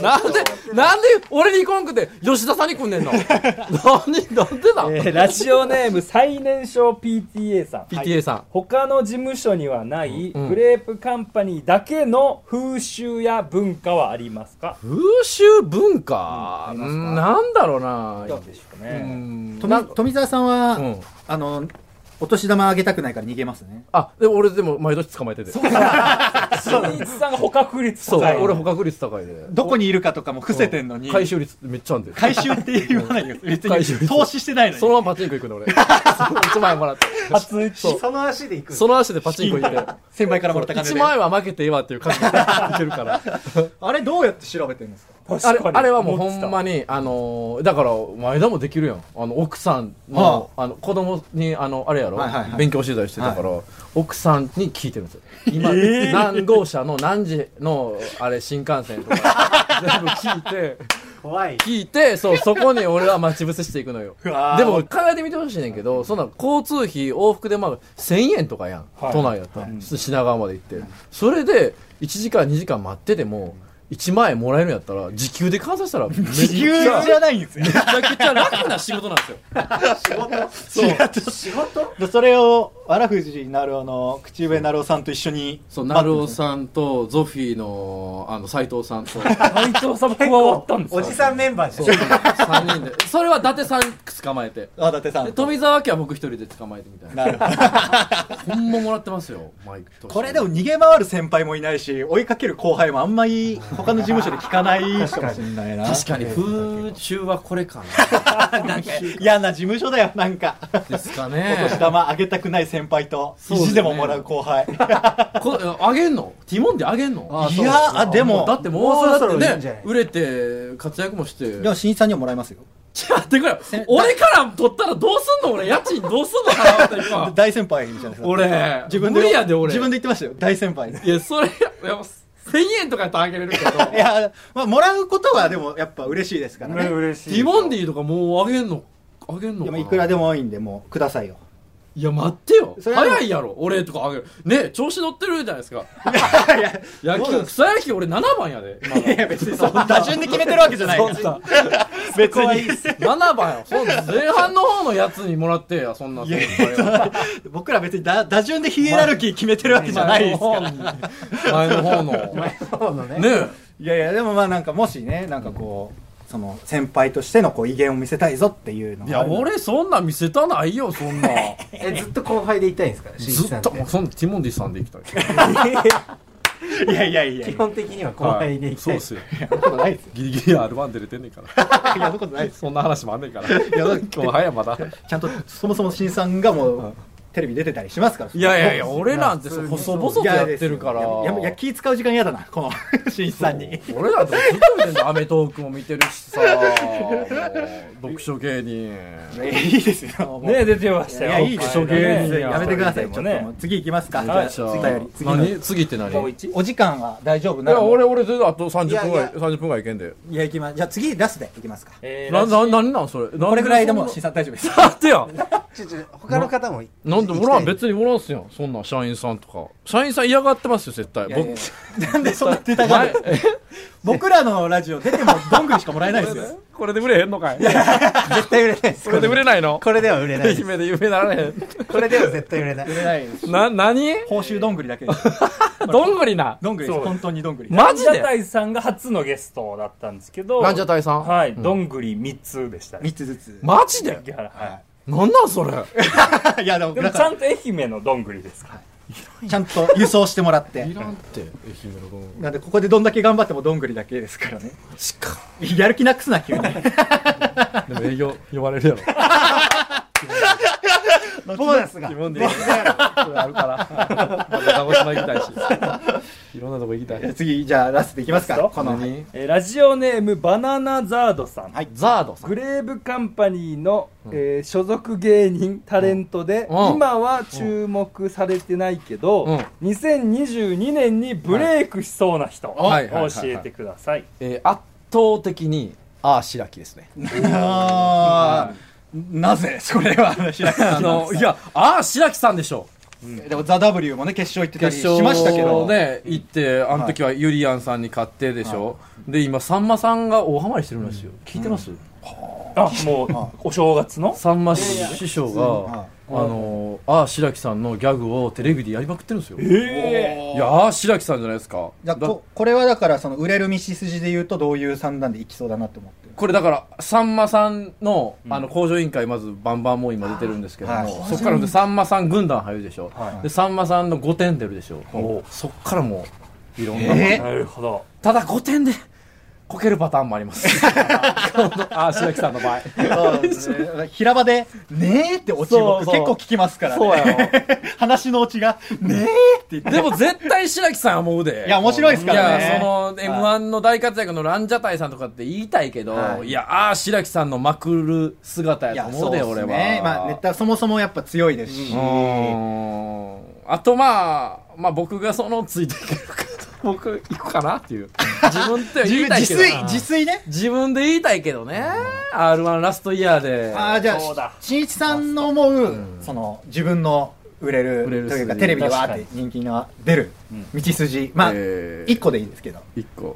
Speaker 5: なんで、なんで俺に来んくて吉田さんに来んねんの何、なんでだ、
Speaker 6: えーラジオネーム最年少 PTA さん。
Speaker 5: ?PTA さん。
Speaker 6: 他の事務所にはない
Speaker 5: うん
Speaker 6: グレープカンパニーだけの風習や文化はありますか、
Speaker 5: 風習文化、うんなんだろうな。
Speaker 6: どうでしょ
Speaker 5: う
Speaker 6: うね。
Speaker 5: んな
Speaker 7: 富富澤さんは、
Speaker 5: うん
Speaker 7: あの、お年玉あげたくないから逃げますね。
Speaker 5: あ、でも俺でも毎年捕まえてて。そう、
Speaker 6: 新一さんが捕獲率高い。
Speaker 5: 俺捕獲率高いで。
Speaker 2: どこにいるかとかも伏せてんのに。
Speaker 5: 回収率めっちゃあんで。
Speaker 2: 回収って言わないよ。別
Speaker 5: 回収
Speaker 2: に投資してないの
Speaker 5: そ
Speaker 2: に。
Speaker 5: のままパチンコ行くの俺。1万円もらって。
Speaker 6: 初打ち。
Speaker 4: その足で行く
Speaker 5: その足でパチンコ行って。
Speaker 2: 先輩からもらった金
Speaker 5: 1
Speaker 2: で。
Speaker 5: 万円は負けてええわっていう感じでいけるから。
Speaker 2: あれどうやって調べてるんですか
Speaker 5: あれあれはもう
Speaker 6: 思
Speaker 5: ほ
Speaker 6: ってた
Speaker 5: んまに、あのーだから、前田もできるやん。あの、奥さんの、あ、の、子供に、あの、あれやろ、
Speaker 7: はいはいはい
Speaker 5: 勉強取材してたから、奥さんに聞いてるんですよ。今、何号車の何時の、あれ、新幹線とか、全部聞いて、
Speaker 4: 怖い
Speaker 5: 聞いて、そう、そこに俺は待ち伏せしていくのよ。
Speaker 2: わー
Speaker 5: でも、考えてみてほしいねんけど、そんな交通費往復でまあ、1000円とかやん。
Speaker 6: はい
Speaker 5: 都内やったら、品川まで行って。それで、1時間2時間待ってても、1万円もらえるんやったら、時給で換算したら、め
Speaker 2: 地球じゃないんですよ。
Speaker 5: ちゃくちゃ楽な仕事なんですよ。
Speaker 4: 仕事
Speaker 2: でそれを荒藤なるおの口上なるおさんと一緒に
Speaker 5: そう、なるおさんと、ゾフィーの、あの、斎藤 さんと、
Speaker 6: 内藤さんも加わったんです
Speaker 4: お
Speaker 6: か
Speaker 4: じさんメンバーじゃん
Speaker 5: 3人で。それは伊達さん捕まえて。
Speaker 2: あ伊達さん
Speaker 5: で
Speaker 2: と
Speaker 5: 富澤家は僕一人で捕まえてみたいな。
Speaker 2: なるほど
Speaker 5: ほんまもらってますよ、マイクと。
Speaker 2: これでも逃げ回る先輩もいないし追いかける後輩もあんまり他の事務所で聞かない人かもしれないな
Speaker 5: 確かに、風中はこれか
Speaker 2: 嫌な事務所だよなんか
Speaker 5: な。ですかね
Speaker 2: お。年玉あげたくない先輩と
Speaker 5: そうですね
Speaker 2: 意地でももらう後輩
Speaker 5: こあげんのティモンデあげんの
Speaker 7: あ
Speaker 2: いやあでも
Speaker 5: だってもうそ
Speaker 4: も
Speaker 5: ろ
Speaker 4: うそろそろいいんじゃ
Speaker 5: ね
Speaker 4: ない
Speaker 5: 売れて活躍もして
Speaker 7: でも、新一さんにはもらいますよ。
Speaker 5: ち ょっと待ってくれよ俺から取ったらどうすんの俺家賃どうすんの払った今
Speaker 2: 大先輩じゃないですか
Speaker 5: 俺
Speaker 2: 自分で
Speaker 5: 無理やで俺
Speaker 2: 自分で言ってましたよ大先輩
Speaker 5: いやそれいや1000円とかやったらあげれるけど
Speaker 2: いや、まあ、もらうことはでもやっぱ嬉しいですからね
Speaker 6: 嬉し
Speaker 5: テ
Speaker 6: い。
Speaker 5: ィモンディとかもうあげんのあげんの
Speaker 2: でも
Speaker 5: かない
Speaker 2: くらでも多いんでもうくださいよ
Speaker 5: いや待ってよ
Speaker 2: それは
Speaker 5: 早いやろ俺とかあげるね調子乗ってるじゃないですか野球草野球俺7番やで今
Speaker 2: いや別にそんな打順で決めてるわけじゃないから別に
Speaker 5: 7番よその前半の方のやつにもらってやそんな先輩は
Speaker 2: 僕ら別に打打順でヒエラルキー決めてるわけじゃないですから
Speaker 5: 前の方のねえ
Speaker 2: いやいやでもまあなんかもしねなんかこうその先輩としてのこう威厳を見せたいぞっていうの
Speaker 5: い
Speaker 2: があ
Speaker 5: や
Speaker 2: るの
Speaker 5: 俺そんなん見せたないよそん な
Speaker 4: えずっと後輩でいたいんですから新一
Speaker 5: ず
Speaker 4: さん
Speaker 5: っ
Speaker 4: って
Speaker 5: ともうそんなティモンディさんで行きたい
Speaker 2: いやいやいや
Speaker 4: 基
Speaker 2: いや
Speaker 4: 本的には後輩で
Speaker 5: は
Speaker 4: 行
Speaker 5: い
Speaker 4: き
Speaker 5: そう
Speaker 4: たい
Speaker 5: っすよ
Speaker 2: そんなことないですよ
Speaker 5: ギリギリ R1 出れてんねんから
Speaker 2: いやそんなことないです
Speaker 5: そんな話もあんねんからいや今日早いまだ
Speaker 2: ちゃんとそもそも新さんがもうテレビ出てたりしますから
Speaker 5: いやいやいや俺なんてそう細々とやってるから
Speaker 2: いやいやいや気使う時間嫌だなこの新さんに
Speaker 5: 俺なんてずっと見てんの『アメトーーク』も見てるしさもう読書芸人
Speaker 2: いいですよもう
Speaker 6: ね出てまし
Speaker 2: い
Speaker 6: たよ。
Speaker 2: やいいですよ
Speaker 6: この間ね
Speaker 2: やめてください
Speaker 6: ね
Speaker 2: ちょっともう次行きますか
Speaker 5: じ
Speaker 2: じゃ
Speaker 5: ゃ
Speaker 2: あ
Speaker 5: あ
Speaker 2: 次次の
Speaker 5: 何次って何
Speaker 6: もう
Speaker 5: い
Speaker 6: 一
Speaker 2: お時間は大丈夫な
Speaker 5: や
Speaker 2: の
Speaker 5: 俺俺全然あと30分
Speaker 7: い
Speaker 5: ぐら
Speaker 7: や
Speaker 5: い
Speaker 7: い
Speaker 5: 30分ぐらいいけんで
Speaker 7: いや、行きます。じゃあ次、ラスで行きますか。
Speaker 6: えー
Speaker 5: なな何なんそれ
Speaker 2: こ
Speaker 5: こ
Speaker 2: れぐらいでもう新さん大丈夫です
Speaker 5: だってや
Speaker 4: ちょちょ他の方も
Speaker 5: なんなんでおらん別におらんっすよそんな社員さんとか社員さん嫌がってますよ絶対
Speaker 2: やいや
Speaker 5: 僕
Speaker 2: なんでそんな出 たがる
Speaker 5: 前え
Speaker 2: 僕らのラジオ出てもどんぐりしかもらえ ないですよ。
Speaker 5: これで売れへんのかい
Speaker 4: 絶対売れないです
Speaker 5: これで売れないの
Speaker 4: これでは売れないです
Speaker 5: 愛媛で有名なられへ
Speaker 4: これでは絶対売れない
Speaker 2: 売れないです
Speaker 5: んな何
Speaker 2: 報酬どんぐりだけです。
Speaker 5: どんぐりな
Speaker 2: どんぐりです。
Speaker 8: そう
Speaker 2: 本当にどんぐり。
Speaker 5: マジ
Speaker 6: ラン
Speaker 5: で
Speaker 6: ジャタイさんが初のゲストだったんですけど、
Speaker 5: ランジャタイさん
Speaker 6: はい、
Speaker 5: うん
Speaker 6: どんぐり3つでしたね。
Speaker 4: 3つずつ
Speaker 5: マジで
Speaker 6: 杉原は
Speaker 5: なんなんそれ
Speaker 2: いや、でも
Speaker 6: い、でもちゃんと愛媛のどんぐりですから、
Speaker 2: ちゃんと輸送してもらって。
Speaker 5: らんって愛媛のどんぐ
Speaker 2: なんで、ここでどんだけ頑張ってもどんぐりだけですからね。
Speaker 5: しか
Speaker 2: やる気なくすな、 急に。
Speaker 5: でも営業呼ばれるやろ
Speaker 4: ボーナスが
Speaker 5: 自分であるから鹿児島行きたい しいろんなとこ行きたい
Speaker 2: 次、じゃあ、ラストいきますか。この、
Speaker 5: 何
Speaker 6: えーラジオネームバナナザードさん、
Speaker 5: いザードさん
Speaker 6: グレーブカンパニーの、えー所属芸人タレントで、
Speaker 5: うん
Speaker 6: 今は注目されてないけど、
Speaker 5: う
Speaker 6: 2022年にブレイクしそうな人、
Speaker 5: はいはいはいはい
Speaker 6: 教えてください、
Speaker 5: えー圧倒的にああ白木ですね
Speaker 2: あーなぜそれは、白木さ
Speaker 5: あ
Speaker 2: んの
Speaker 5: のいやああ白木さんでしょ
Speaker 2: でも、ザ・ W もね、決勝行ってたり
Speaker 5: 決
Speaker 2: しましたけ
Speaker 5: 勝
Speaker 2: ど。
Speaker 5: ね行ってあの時はゆりやんさんに勝ってでしょで今さんまさんが大ハマりしてるらしいよ聞いてます
Speaker 6: あもうお正月の
Speaker 5: さんま師匠があのああ白木さんのギャグをテレビでやりまくってるんですよい
Speaker 6: え
Speaker 5: やああ白木さんじゃないですか
Speaker 2: じゃあ
Speaker 5: だ
Speaker 2: ここれはだからその売れる道筋で言うとどういう算段でいきそうだなと思って
Speaker 5: これだからさんまさんのあの工場委員会まずバンバンもう今出てるんですけど
Speaker 2: はい
Speaker 5: もそっからでさんまさん軍団入るでしょでさんまさんの5点出るでしょそっからもういろんな
Speaker 6: ー、なるほど
Speaker 5: ただ5点でこけるパターンもあります ああ白木さんの場合
Speaker 2: る平場で「ねえ」って落ち
Speaker 5: そう
Speaker 2: 僕
Speaker 5: そう
Speaker 2: 結構聞きますから
Speaker 5: そう
Speaker 2: ね
Speaker 5: やろ
Speaker 2: 話の落ちが「ねえ」って言って
Speaker 5: でも絶対白木さん思うで
Speaker 2: いや面白いですからね
Speaker 5: いやその m 1の大活躍のランジャタイさんとかって言いたいけど、
Speaker 2: はい
Speaker 5: い、やああ白木さんのまくる姿
Speaker 2: い
Speaker 5: や
Speaker 2: や
Speaker 5: と思
Speaker 2: そうう
Speaker 5: で
Speaker 2: です
Speaker 5: 俺は
Speaker 2: ねまあネタそもそもやっぱ強いですし
Speaker 5: うーんあとまあまあ僕がそのついていけるかと僕行くかなって いう自分って
Speaker 2: 自
Speaker 5: 言いたいけ
Speaker 2: 自
Speaker 5: ど
Speaker 2: 炊
Speaker 5: な
Speaker 2: 自炊ね
Speaker 5: 自分で言いたいけどね r 1ラストイヤーで
Speaker 2: ああじゃ
Speaker 6: そうだ
Speaker 2: あしんいちさんの思うその自分の売れる
Speaker 5: 売れる
Speaker 2: というか
Speaker 5: 筋
Speaker 2: テレビでわーって人気が出る道筋まあ
Speaker 5: えー
Speaker 2: 1個でいいですけど
Speaker 5: 一個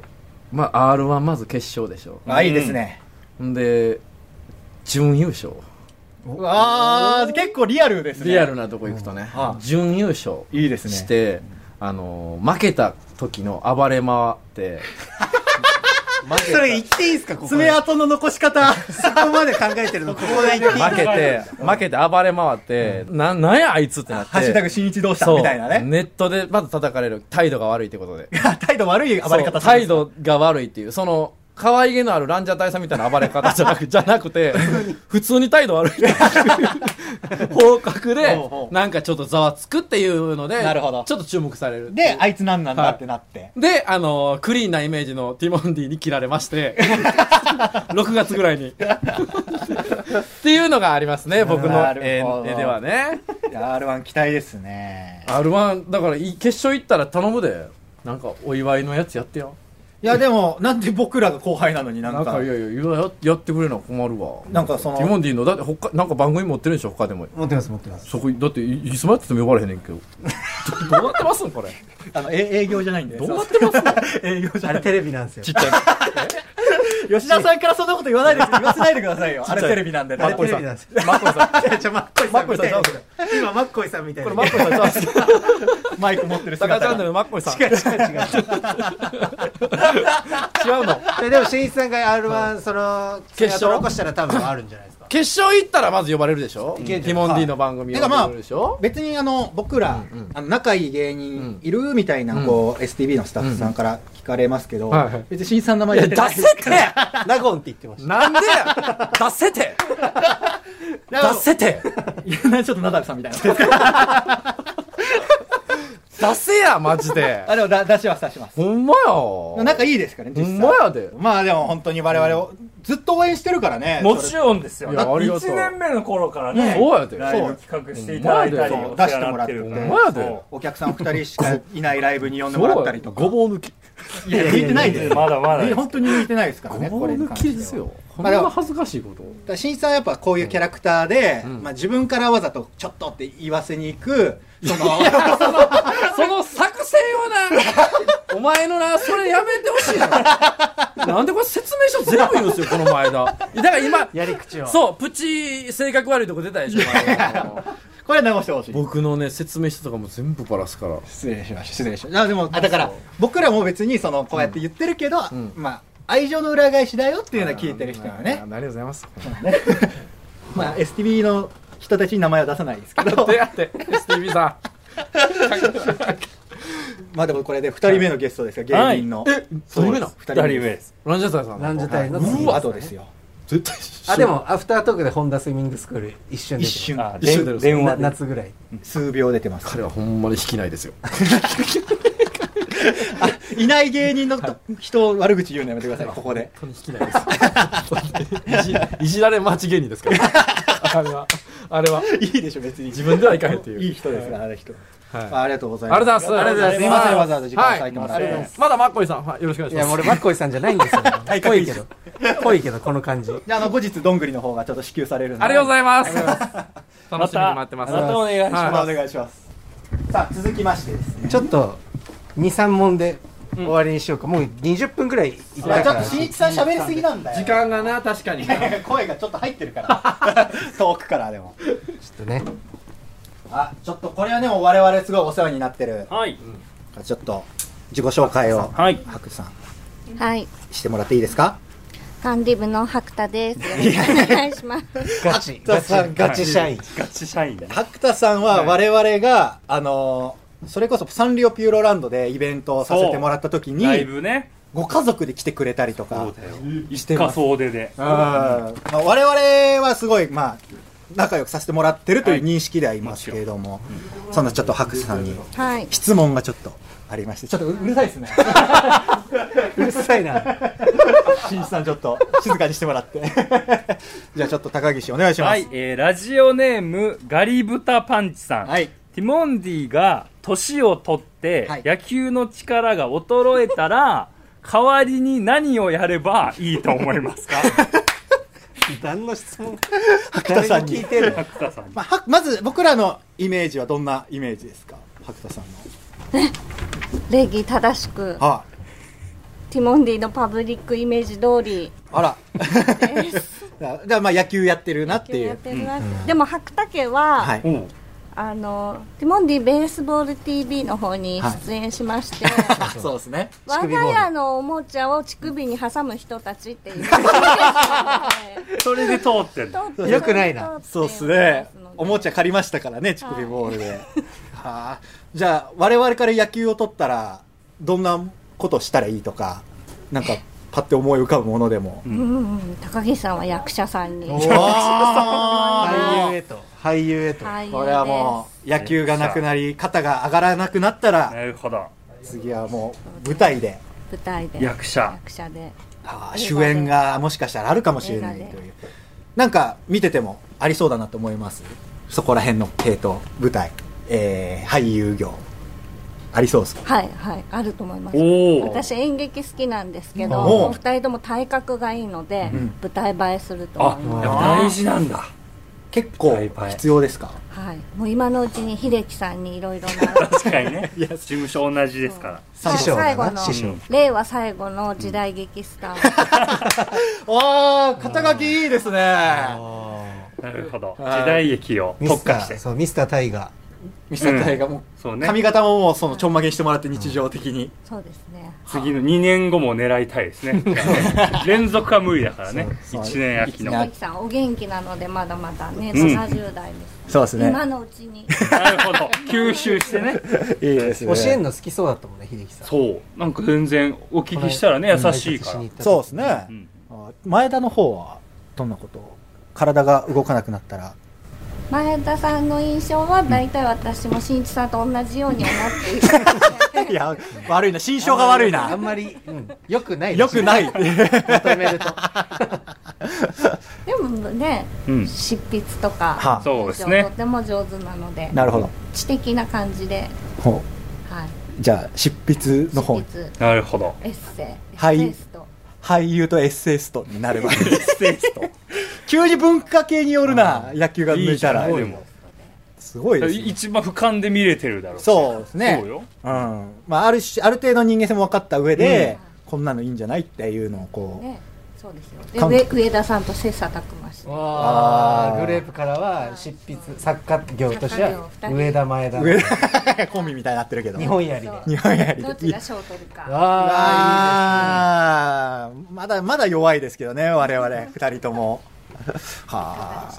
Speaker 5: まあ r 1まず決勝でしょ
Speaker 2: ああいいですね
Speaker 5: んで準優勝
Speaker 2: ああ結構リアルですね
Speaker 5: リアルなとこ行くとね、
Speaker 2: ああ
Speaker 5: 準優勝
Speaker 2: いいですね
Speaker 5: して、あのー負けた時の暴れ回 って
Speaker 4: それ言っていいですかここ
Speaker 2: 爪痕の残し方
Speaker 4: そこまで考 えてるのここで言っていい
Speaker 5: 負けて負けて暴れ回って、ななんやあいつってなって
Speaker 2: ハッシュタグ新一どうした
Speaker 5: そう
Speaker 2: みたいなね。
Speaker 5: ネットでまず叩かれる態度が悪いってことで
Speaker 2: 態度悪 い暴れ
Speaker 5: そう
Speaker 2: 方する
Speaker 5: 態度が悪いっていうその可愛げのあるランジャタイさんみたいな暴 れ方じゃなくじゃなくて普通に態度悪いっていう 方角で
Speaker 2: ほうほう
Speaker 5: なんかちょっとざわつくっていうので
Speaker 2: なるほど
Speaker 5: ちょっと注目される
Speaker 2: で、あいつなんなんだってなって。
Speaker 5: で、あのークリーンなイメージのティモンディに切られまして、6月ぐらいに。っていうのがありますね、僕の
Speaker 2: な
Speaker 5: 絵
Speaker 2: るほど
Speaker 5: 絵ではね。
Speaker 2: いや R1 期待ですね。
Speaker 5: R1、だからい決勝行ったら頼むで。なんかお祝いのやつやってよ。
Speaker 2: いや、でも、なんで僕らが後輩なのにな
Speaker 5: なん
Speaker 2: んか
Speaker 5: か、い、やいやいや、ややってくれな困るわ。
Speaker 2: なんかその
Speaker 5: ティモンディの、だって他、なんか番組持ってるでしょ、他でも。
Speaker 9: 持ってます持って ます
Speaker 5: そこ、だってい、いつもやってても呼ばれへんねんけど。どどうなってますんこれ。
Speaker 2: あの、え営業じゃないんで。
Speaker 5: どうなってますの
Speaker 2: 営業じ
Speaker 4: あ
Speaker 2: ゃな
Speaker 4: れ
Speaker 2: い。
Speaker 4: テレビなんですよ
Speaker 5: ちっちゃい。
Speaker 2: 吉田さんからそんなこと言わないで、言わせないでくださ いよ。あれテレビなんでね。
Speaker 4: あれテレビなんですよ
Speaker 5: マッコイさ ん。
Speaker 4: じゃあマッコイさんみたいな
Speaker 5: マッコイさん
Speaker 4: 今マッコイさんみたい
Speaker 5: これ
Speaker 4: な
Speaker 5: マッコイさんちゃうんすか。
Speaker 2: マイク持ってる
Speaker 5: タカチ
Speaker 2: 姿
Speaker 5: ャンネ
Speaker 2: が。
Speaker 5: ルのマッコイさん。
Speaker 4: 違う違う違う
Speaker 5: 違うの。
Speaker 4: ででも新一さんが r 1その
Speaker 5: 決
Speaker 4: 爪
Speaker 5: 勝
Speaker 4: 痕残したら多分あるんじゃないですか
Speaker 5: 決勝行ったらまず呼ばれるでしょティモンディの番組
Speaker 2: て
Speaker 5: 呼
Speaker 2: かま
Speaker 5: ば
Speaker 2: あ
Speaker 5: れるでしょ、
Speaker 2: 別にあの、僕ら、あの、仲いい芸人いるみたいな、こう、STB のスタッフさんから聞かれますけど
Speaker 5: うんはいはい、
Speaker 2: 別に新さんの名
Speaker 5: い
Speaker 2: 前出
Speaker 5: や出
Speaker 2: てない
Speaker 5: せて
Speaker 4: ナゴンって言ってまし
Speaker 5: なんでや出せて
Speaker 2: だから
Speaker 5: 出せて
Speaker 2: いやなんかちょっとナダルさんみたい な。
Speaker 5: 出せやマジ で
Speaker 2: あ、でもだ出します出します。
Speaker 5: ほんまや
Speaker 2: 仲いいですからね、
Speaker 5: ほ
Speaker 2: 実
Speaker 5: ん
Speaker 2: 際。
Speaker 5: まやで
Speaker 2: まあでも本当に我々をずっと応援してるからね。
Speaker 6: もちろんですよ
Speaker 5: いやありがとう
Speaker 6: 1年目の頃からね、
Speaker 5: そうやで
Speaker 6: ライブ企画していただいたり
Speaker 5: そう
Speaker 6: お世話になってるから
Speaker 5: ほんまやで
Speaker 6: そう
Speaker 2: お客さん二人しかいないライブに呼んでもらったりとか。
Speaker 5: ごぼう抜き
Speaker 10: いや、抜いてないです。
Speaker 11: まだまだ
Speaker 2: え本当に抜いてないですからね。
Speaker 5: ゴール抜き
Speaker 2: これ
Speaker 5: です
Speaker 2: に関しては。
Speaker 5: よ。こん
Speaker 2: まあでも
Speaker 5: な恥ずかしいこと。
Speaker 2: だから新さんはやっぱこういうキャラクターで、
Speaker 5: うん
Speaker 2: まあ、自分からわざとちょっとって言わせに行く、その、
Speaker 5: その作戦 をな、お前のな、それやめてほしいな。 なんでこれ説明書全部言うんですよ、この前田。だから今、
Speaker 12: やり口を。
Speaker 5: そう、プチ性格 悪いとこ出たでしょ、前田
Speaker 10: これは直してほしい。
Speaker 5: 僕のね、説明書とかも全部バラすから。
Speaker 2: 失礼しました、失礼しました。あでも、あだから、僕らも別に、その、こうやって言ってるけど、
Speaker 5: ん
Speaker 2: まあ、愛情の裏返しだよっていうのは聞いてる人は
Speaker 10: あ
Speaker 2: ね、
Speaker 10: りがとうございます。
Speaker 2: まあ、STB の人たちに名前は出さないですけど、
Speaker 5: 出会って、STV さ
Speaker 2: まあでもこれで2人目のゲストですよ、
Speaker 3: は
Speaker 2: 芸
Speaker 3: い
Speaker 2: 人の。
Speaker 5: ん。え、
Speaker 2: そうです
Speaker 11: 二人
Speaker 2: 二人
Speaker 11: 目
Speaker 2: 目
Speaker 11: で。
Speaker 2: です
Speaker 5: ランジャタイさん。
Speaker 4: ランジャタイの
Speaker 2: ム
Speaker 4: 次
Speaker 2: ーアドですよ。
Speaker 5: 絶対一緒
Speaker 4: あで。もアフタートークでホンダスイミングスクール一瞬出
Speaker 2: 一
Speaker 4: てる
Speaker 2: 瞬、
Speaker 11: あ、
Speaker 5: 一緒
Speaker 11: 電
Speaker 5: だよ
Speaker 11: 電
Speaker 4: な
Speaker 11: 話で。
Speaker 4: 夏ぐらい
Speaker 2: 数秒出てます。
Speaker 5: 彼はほんまに引きないですよ。
Speaker 2: いない芸人のと人を悪口言うのやめてください、ここ で。
Speaker 5: 本当に引きないですいじ。い じられ待ち芸人です から。あれは、あれは、
Speaker 2: いいでしょ、別に。
Speaker 5: 自分ではいかへんっていう。
Speaker 2: いい人ですから、あの人。
Speaker 5: はい
Speaker 2: まあありがとうございます。
Speaker 5: ありがとうございます。
Speaker 2: すいません、わざわざ時間を割いてもらっ
Speaker 5: は
Speaker 2: て。
Speaker 5: いまだマッコイさん、はいよろしくお願い
Speaker 4: い
Speaker 5: します。
Speaker 4: や俺マッコイさんじゃないんですよぽいけどぽいけどこの感じ
Speaker 2: じゃあ、あの、後日、どんぐりの方がちょっと支給されるんで。
Speaker 5: ありがとうございます。楽しみに待って
Speaker 3: ま
Speaker 5: ます。
Speaker 3: たお願いし
Speaker 5: は
Speaker 2: またお願いします。さあ、続きましてですね。
Speaker 4: ちょっと23問で終わりにしようか、もう20分ぐらいいった
Speaker 2: いや、
Speaker 4: か
Speaker 2: ちょっ
Speaker 4: ら
Speaker 2: と、しんいちさん喋りすぎなんだよ。
Speaker 5: 時間がな、確かに。
Speaker 2: 声がちょっと入ってる から。遠くからでも。
Speaker 4: ちょっとね
Speaker 2: あ、ちょっと、これはね、もう我々すごいお世話になってる。
Speaker 3: はい。
Speaker 2: ちょっと、自己紹介を、
Speaker 3: はい。
Speaker 2: 白さん、
Speaker 13: はい、
Speaker 2: してもらっていいですか
Speaker 13: 管理部の白田です。よろしくお願いします。
Speaker 4: ガチ
Speaker 2: 田さん
Speaker 4: ガチ社員
Speaker 3: ガチ社員だね。
Speaker 2: 角田さんは我々が、あのそれこそサンリオピューロランドでイベントをさせてもらった時に
Speaker 3: ライブね。
Speaker 2: ご家族で来てくれたりとかして
Speaker 3: 一
Speaker 2: ま
Speaker 3: 家
Speaker 2: す
Speaker 3: 総出で。
Speaker 2: うんまあ、我々はすごい、まあ、仲良くさせてもらってるという認識ではいますけれども、そんなちょっと白さんに
Speaker 13: はい、
Speaker 2: 質問がちょっとありましてちょっとうるさいです ね
Speaker 4: うるさいな
Speaker 2: 新一さんちょっと静かにしてもらってじゃあちょっと高岸お願いします
Speaker 3: はい、えーラジオネームガリブタパンチさん、
Speaker 2: はい
Speaker 3: ティモンディが年を取って、
Speaker 2: はい
Speaker 3: 野球の力が衰えた ら代わりに何をやればいいと思いますか
Speaker 4: 何の質問
Speaker 2: 白田
Speaker 4: 誰
Speaker 2: さ
Speaker 4: が
Speaker 2: ん
Speaker 4: 聞い
Speaker 2: に、
Speaker 4: てるの
Speaker 3: 角田さん
Speaker 2: まあ、はまず僕らのイメージはどんなイメージですか白田さんの
Speaker 13: 礼儀正しく、
Speaker 2: は
Speaker 13: ティモンディのパブリックイメージ通り
Speaker 2: いあら
Speaker 13: です。
Speaker 2: だからまあ野球やってるなってい
Speaker 13: やっ
Speaker 2: う
Speaker 13: てるなでも白田家は、
Speaker 2: はい
Speaker 13: あのティモンディベースボール TV の方に出演しまして、
Speaker 2: あそうですね
Speaker 13: 我が家のおもちゃを乳首に挟む人たちっていう。
Speaker 3: それで通ってる
Speaker 4: よくないな
Speaker 2: そうっすねおも
Speaker 13: ち
Speaker 2: ちゃ借りましたからね乳首ボール で、はあじゃあ我々から野球を取ったらどんなことしたらいいとかなんかパッて思い浮かぶものでも、
Speaker 13: ゃ。うんうん、高岸さんは役者さんに。
Speaker 2: あ
Speaker 4: 俳優へと俳優へと
Speaker 13: 俳優です
Speaker 2: これはもう野球がなくなり肩が上がらなくなったら
Speaker 3: なるほど
Speaker 2: 次はもう舞台で
Speaker 13: 舞台で
Speaker 3: 役者
Speaker 13: 役者で
Speaker 2: ああ主演がもしかしたらあるかもしれないと
Speaker 13: 映画
Speaker 2: いうなんか見ててもありそうだなと思いますそこら辺の系統舞台、えー俳優業ありそうですか
Speaker 13: はいはいあると思います
Speaker 3: おお
Speaker 13: 私演劇好きなんですけど
Speaker 2: おう
Speaker 13: お二人とも体格がいいので、
Speaker 2: ん
Speaker 13: 舞台映えすると
Speaker 3: あ
Speaker 13: 思いま
Speaker 3: やっぱ大事なんだ
Speaker 2: 結構
Speaker 4: いっぱい
Speaker 2: 必要ですか
Speaker 13: す、はい、もう今のうちに秀樹さんにいろいろな
Speaker 3: 確かに ね事務所同じですから
Speaker 2: 師匠
Speaker 13: 最後
Speaker 2: だ
Speaker 13: の
Speaker 2: な師匠
Speaker 13: 令和最後の時代劇スター、
Speaker 2: ああ肩書きいいですね
Speaker 3: なるほど時代劇を
Speaker 4: ミ
Speaker 3: 特
Speaker 4: スタ
Speaker 3: 化して
Speaker 4: ーそうミスタータイガ
Speaker 2: ミスター大がも
Speaker 3: そう
Speaker 2: う
Speaker 3: ね
Speaker 2: 髪型ももうそのちょんまげしてもらって日常的に
Speaker 13: そうです ね
Speaker 3: 次の2年後も狙いたいですね連続は無理だからね
Speaker 2: そう
Speaker 3: 1年秋の
Speaker 2: な
Speaker 13: 秀樹さんお元気なのでまだまだね
Speaker 3: うん
Speaker 13: 70代です、
Speaker 2: そうです
Speaker 13: 今のうち に
Speaker 3: なるほど吸収してね
Speaker 2: いいです
Speaker 4: ー教えんの好きそうだったもんね秀樹さん
Speaker 3: そうなんか全然お聞きしたらね
Speaker 4: この間
Speaker 3: 優しいか
Speaker 4: 挨拶
Speaker 3: ら
Speaker 4: に行った時
Speaker 2: そうですね
Speaker 3: う、ん
Speaker 2: あ前田の方はどんなことを体が動かなくなったら
Speaker 13: 前田さんの印象は大体私も新一さんと同じように思っている
Speaker 2: いや悪いな心象が悪い
Speaker 4: あん
Speaker 2: な
Speaker 4: まり、うん、よくない
Speaker 2: よくない
Speaker 4: まとめると
Speaker 13: でもね、
Speaker 3: うん
Speaker 13: 執筆とか、
Speaker 2: はあ
Speaker 3: そうですね
Speaker 13: とても上手なので
Speaker 2: なるほど
Speaker 13: 知的な感じで、
Speaker 2: ほ
Speaker 13: はい、
Speaker 14: じゃあ執筆の 方
Speaker 13: 執筆
Speaker 3: なるほど。
Speaker 13: エッセイエ
Speaker 14: はい
Speaker 13: ッセイスト
Speaker 14: 俳優とエッセイストになればいい
Speaker 15: 急に文化系によるな。
Speaker 14: 野球が抜いたら
Speaker 3: いいじゃないでも
Speaker 14: すごいですね
Speaker 3: 一番俯瞰で見れてるだろうし。
Speaker 14: そうですね
Speaker 3: そうよ。
Speaker 14: うんまあ、ある種ある程度人間性も分かった上で、こんなのいいんじゃないっていうのをこう、
Speaker 13: ねそうですよで
Speaker 14: 韓
Speaker 13: 上上田さんと切磋琢磨して
Speaker 4: あ
Speaker 14: あー
Speaker 4: あグレープからは執筆作家業としては
Speaker 13: 作家業二人
Speaker 4: 上田前田
Speaker 14: 上 コンビみたいになってるけど
Speaker 4: 日本やりで
Speaker 13: そう
Speaker 14: 日本やり
Speaker 13: どっちが賞を取るか
Speaker 4: あ
Speaker 14: あ
Speaker 4: あ
Speaker 14: ーまだまだ弱いですけどね我々2人ともは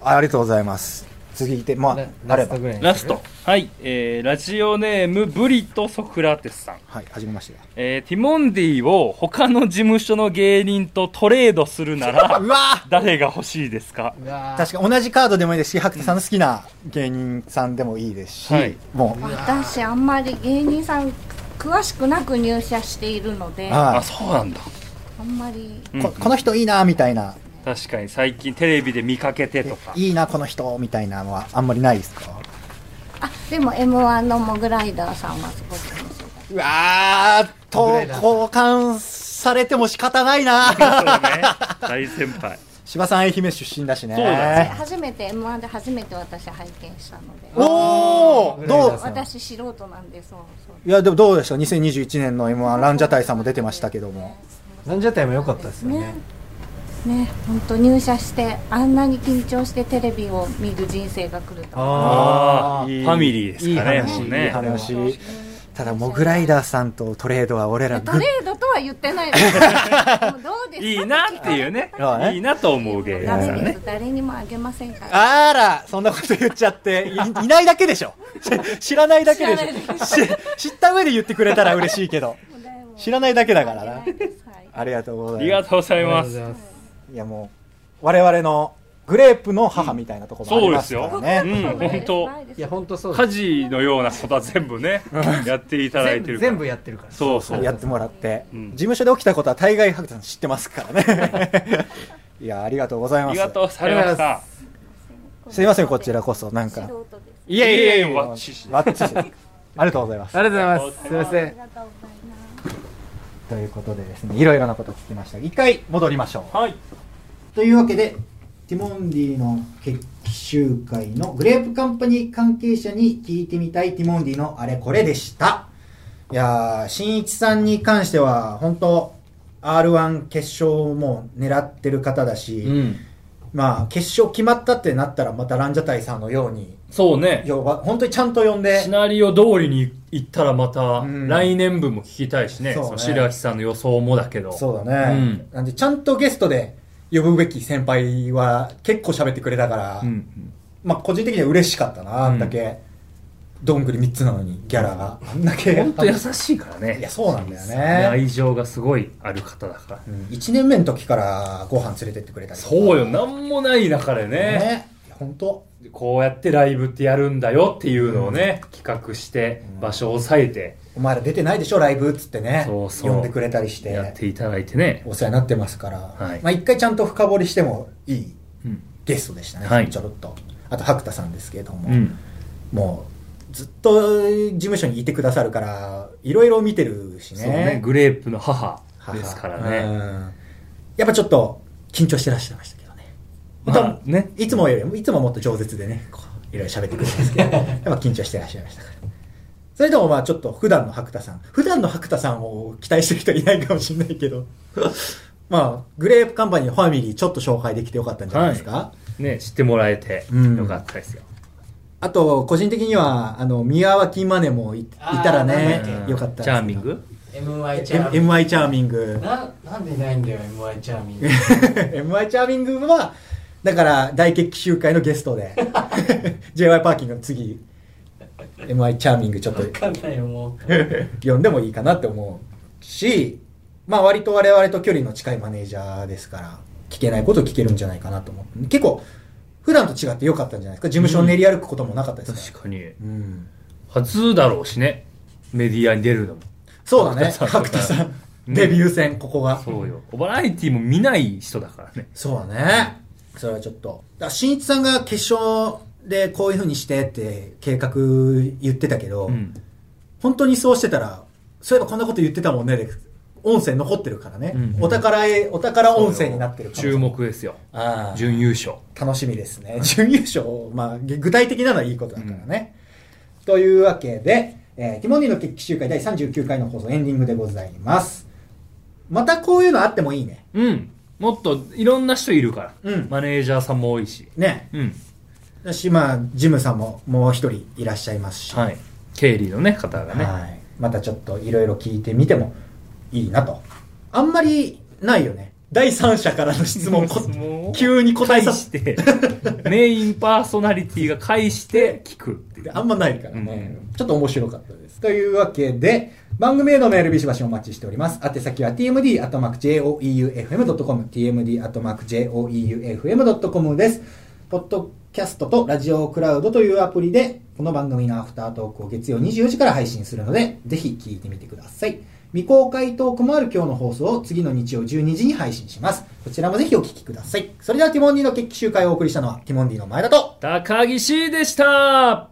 Speaker 14: あありがとうございます次いてま
Speaker 4: いいですね
Speaker 14: ああ
Speaker 4: ラ
Speaker 14: れ
Speaker 4: ス
Speaker 14: ば
Speaker 4: トぐらいに
Speaker 3: ラスト。はい。えーラジオネーム、ブリとソクラテスさん。
Speaker 14: はい始めまして
Speaker 3: えーティモンディを他の事務所の芸人とトレードするな ら
Speaker 14: うわ
Speaker 3: 誰が欲しいですか
Speaker 4: うわ
Speaker 14: ー
Speaker 4: ー
Speaker 14: 確か同じカードでもいいですし白手さんの好きな芸人さんでもいいですし、
Speaker 3: はい
Speaker 14: もう
Speaker 13: 私あんまり芸人さん詳しくなく入社しているのであ
Speaker 14: は
Speaker 3: そうなんだ、
Speaker 13: んまり
Speaker 3: うん
Speaker 14: ここの人いいなみたいな
Speaker 3: 確かに最近テレビで見かけてとか
Speaker 14: いいなこの人みたいなのはあんまりないですか
Speaker 13: あでも m 1のモグライダーさんはすごく面白いう
Speaker 14: わーと交換されても仕方ないな
Speaker 3: そうね大先輩
Speaker 14: 柴さん愛媛出身だしね
Speaker 3: そうだね
Speaker 13: 初めて m 1で初めて私拝見したので
Speaker 14: おおどう
Speaker 13: 私素人なんでそうそう
Speaker 14: いやでもどうでした2021年の m 1ランジャタイさんも出てましたけども
Speaker 4: なんじゃったいも良かったですよね
Speaker 13: ね本当入社してあんなに緊張してテレビを見る人生が来ると
Speaker 3: あ
Speaker 13: は
Speaker 3: あ
Speaker 14: いい
Speaker 3: ファミリーですか
Speaker 14: い
Speaker 3: ね
Speaker 14: い話
Speaker 3: もう
Speaker 14: いい
Speaker 3: ね
Speaker 14: 話ただモグライダーさんとトレードは俺らグ
Speaker 13: トレードとは言ってないです もうどうですか
Speaker 3: いいなっていうね
Speaker 14: そうね
Speaker 3: いいなと思う芸人
Speaker 13: ダ
Speaker 3: さん
Speaker 13: メで
Speaker 3: ね
Speaker 13: す誰にもあげませんから
Speaker 14: あらそんなこと言っちゃっていいないだけでしょ し知らないだけでし
Speaker 13: 知らない
Speaker 14: ょし知った上で言ってくれたら嬉しいけど
Speaker 13: 誰も
Speaker 14: 知らないだけだからな
Speaker 13: あげないですはい
Speaker 14: ありがとうご
Speaker 3: あ
Speaker 14: ざい
Speaker 3: り
Speaker 14: ま
Speaker 3: が
Speaker 14: す
Speaker 3: とうござい
Speaker 4: ありが
Speaker 3: ま
Speaker 4: とうご
Speaker 3: す
Speaker 4: ざいます
Speaker 14: いやもう我々のグレープの母みたいなところもありますからね、
Speaker 3: うん
Speaker 13: そうです
Speaker 3: 本当
Speaker 13: ないです
Speaker 4: いや本当そう
Speaker 3: 家
Speaker 4: です
Speaker 3: 事のようなことは全部ねやっていただい
Speaker 4: 全
Speaker 3: て
Speaker 4: 部
Speaker 3: るから
Speaker 4: 全部やってるから
Speaker 3: そうそう
Speaker 14: やってもらって、
Speaker 3: うん
Speaker 14: 事務所で起きたことは大概白田さん知ってますからねいやありがとうござい
Speaker 3: あ
Speaker 14: ま
Speaker 3: り
Speaker 14: す
Speaker 3: がとうございまし
Speaker 4: あ
Speaker 3: た
Speaker 14: すいませんこちらこそなん
Speaker 13: 素
Speaker 14: か
Speaker 13: 人です
Speaker 4: いやいやいや
Speaker 3: わっちし
Speaker 14: わっちしありがとうございます
Speaker 4: ありがとうございますすいません
Speaker 13: ありがとうございます
Speaker 14: ということでですねいろいろなこと聞きました一回戻りましょう
Speaker 3: はい
Speaker 2: というわけでティモンディの決起集会のグレープカンパニー関係者に聞いてみたいティモンディのあれこれでしたいやー新一さんに関しては本当 r 1決勝をもう狙ってる方だし、
Speaker 3: うん
Speaker 2: まあ決勝決まったってなったらまたランジャタイさんのように
Speaker 3: そうね
Speaker 2: 要は本当にちゃんと呼んで
Speaker 3: シナリオ通りに行ったらまた
Speaker 2: うん
Speaker 3: 来年分も聞きたいしね、
Speaker 2: そうね
Speaker 3: その白木さんの予想もだけど。
Speaker 2: そうだね、
Speaker 3: うん
Speaker 2: なんでちゃんとゲストで呼ぶべき先輩は結構喋ってくれたから、
Speaker 3: うん
Speaker 2: まあ個人的には嬉しかったな、あんだけ、どんぐり3つなのに、ギャラが。あんだけ。
Speaker 3: 本当優しいから
Speaker 2: いや、
Speaker 3: ね。
Speaker 2: そうなんだよね。
Speaker 3: 愛情がすごいある方だから。
Speaker 2: 1年目の時からご飯連れてってくれたりとか
Speaker 3: そうよ、なんもない中でね、
Speaker 2: ね。いや本当
Speaker 3: こうやってライブってやるんだよっていうのをね、企画して、場所を抑えて、
Speaker 2: お前ら出てないでしょ、ライブっつってね。
Speaker 3: そうそう
Speaker 2: 呼んでくれたりし、
Speaker 3: やってていただいてね。
Speaker 2: お世話になってますから。
Speaker 3: はい
Speaker 2: まあ一回ちゃんと深掘りしてもいい
Speaker 3: うん。
Speaker 2: ゲストでしたね、
Speaker 3: はい
Speaker 2: ちょろっと。あと、白田さんですけれども。
Speaker 3: うん。
Speaker 2: もう、ずっと事務所にいてくださるから、いろいろ見てるし
Speaker 3: そうね、グレープの母ですから
Speaker 2: う
Speaker 3: ね。
Speaker 2: んやっぱちょっと緊張してらっしゃいましたけどね。
Speaker 3: まあね。
Speaker 2: いつもよりも、いつももっと饒舌でね、こう、いろいろ喋ってくるんです けど、やっぱ緊張してらっしゃいましたから。それでもまあちょっと普段の白田さん、普段の白田さんを期待してる人いないかもしれないけ ど、まあ、グレープカンパニーファミリーちょっと紹介できてよかったんじゃないですか、
Speaker 3: ね、知ってもらえて
Speaker 2: うん
Speaker 3: よかったですよ。
Speaker 2: あと、個人的には、あの、宮脇マネもいいたらね
Speaker 4: あ、
Speaker 2: よかったですけど
Speaker 3: チャーミング
Speaker 4: MI チャーミン
Speaker 2: ?MI チャーミング
Speaker 4: グ。ななんでいないんだよ MI チャ ーミング
Speaker 2: MI チャーミングは、だから大決起集会のゲストで、JY パーキングの次、MI チャーミングちょっと
Speaker 4: わかんないよもう
Speaker 2: 呼んでもいいかなって思うし、まあ割と我々と距離の近いマネージャーですから、聞けないことを聞けるんじゃないかなと思って、結構、普段と違って良かったんじゃないですか事務所を練り歩くこともなかったですか
Speaker 3: 確かに。
Speaker 2: ら。うん。
Speaker 3: 初だろうしねメディアに出るのも
Speaker 2: そうだね、
Speaker 3: 角
Speaker 2: 角
Speaker 3: 田
Speaker 2: 田
Speaker 3: さ
Speaker 2: さ
Speaker 3: ん
Speaker 2: ん。デビュー戦、ここが。
Speaker 3: そうよバラエティも見ない人だからね
Speaker 2: そうだね。それはちょっと。だから新一さんが決勝でこういう風にしてって計画言ってたけど、本当にそうしてたら、そういえばこんなこと言ってたもんねで、音声残ってるからね。お宝へ、お宝音声になってるから。
Speaker 3: 注目ですよ。
Speaker 2: ああ。
Speaker 3: 準優勝。
Speaker 2: 楽しみですね。準優勝、まあ、げ具体的なのはいいことだからね。というわけで、えーティモンディの決起集会第39回の放送エンディングでございます。またこういうのあってもいいね。
Speaker 3: うん。もっといろんな人いるから。
Speaker 2: うん
Speaker 3: マネージャーさんも多いし。
Speaker 2: ね。
Speaker 3: うん。
Speaker 2: だし、まあ、ジムさんももう一人いらっしゃいますし。
Speaker 3: はい。経理のね、方がね。
Speaker 2: はいまたちょっといろいろ聞いてみてもいいなと。あんまりないよね。第三者からの質問 こ急に答えさせ。
Speaker 3: 返して て、メインパーソナリティが返して聞くっていう。
Speaker 2: あんまないからね、ちょっと面白かったです。というわけで、番組へのメールビシバシお待ちしております。宛先は tmd.joeufm.com、tmd.joeufm.com です。ポッドキャストとラジオクラウドというアプリで、この番組のアフタートークを月曜24時から配信するので、ぜひ聞いてみてください。未公開トークもある今日の放送を次の日曜12時に配信します。こちらもぜひお聞きください。それではティモンディの決起集会をお送りしたのは、ティモンディの前田と、
Speaker 3: 高岸でした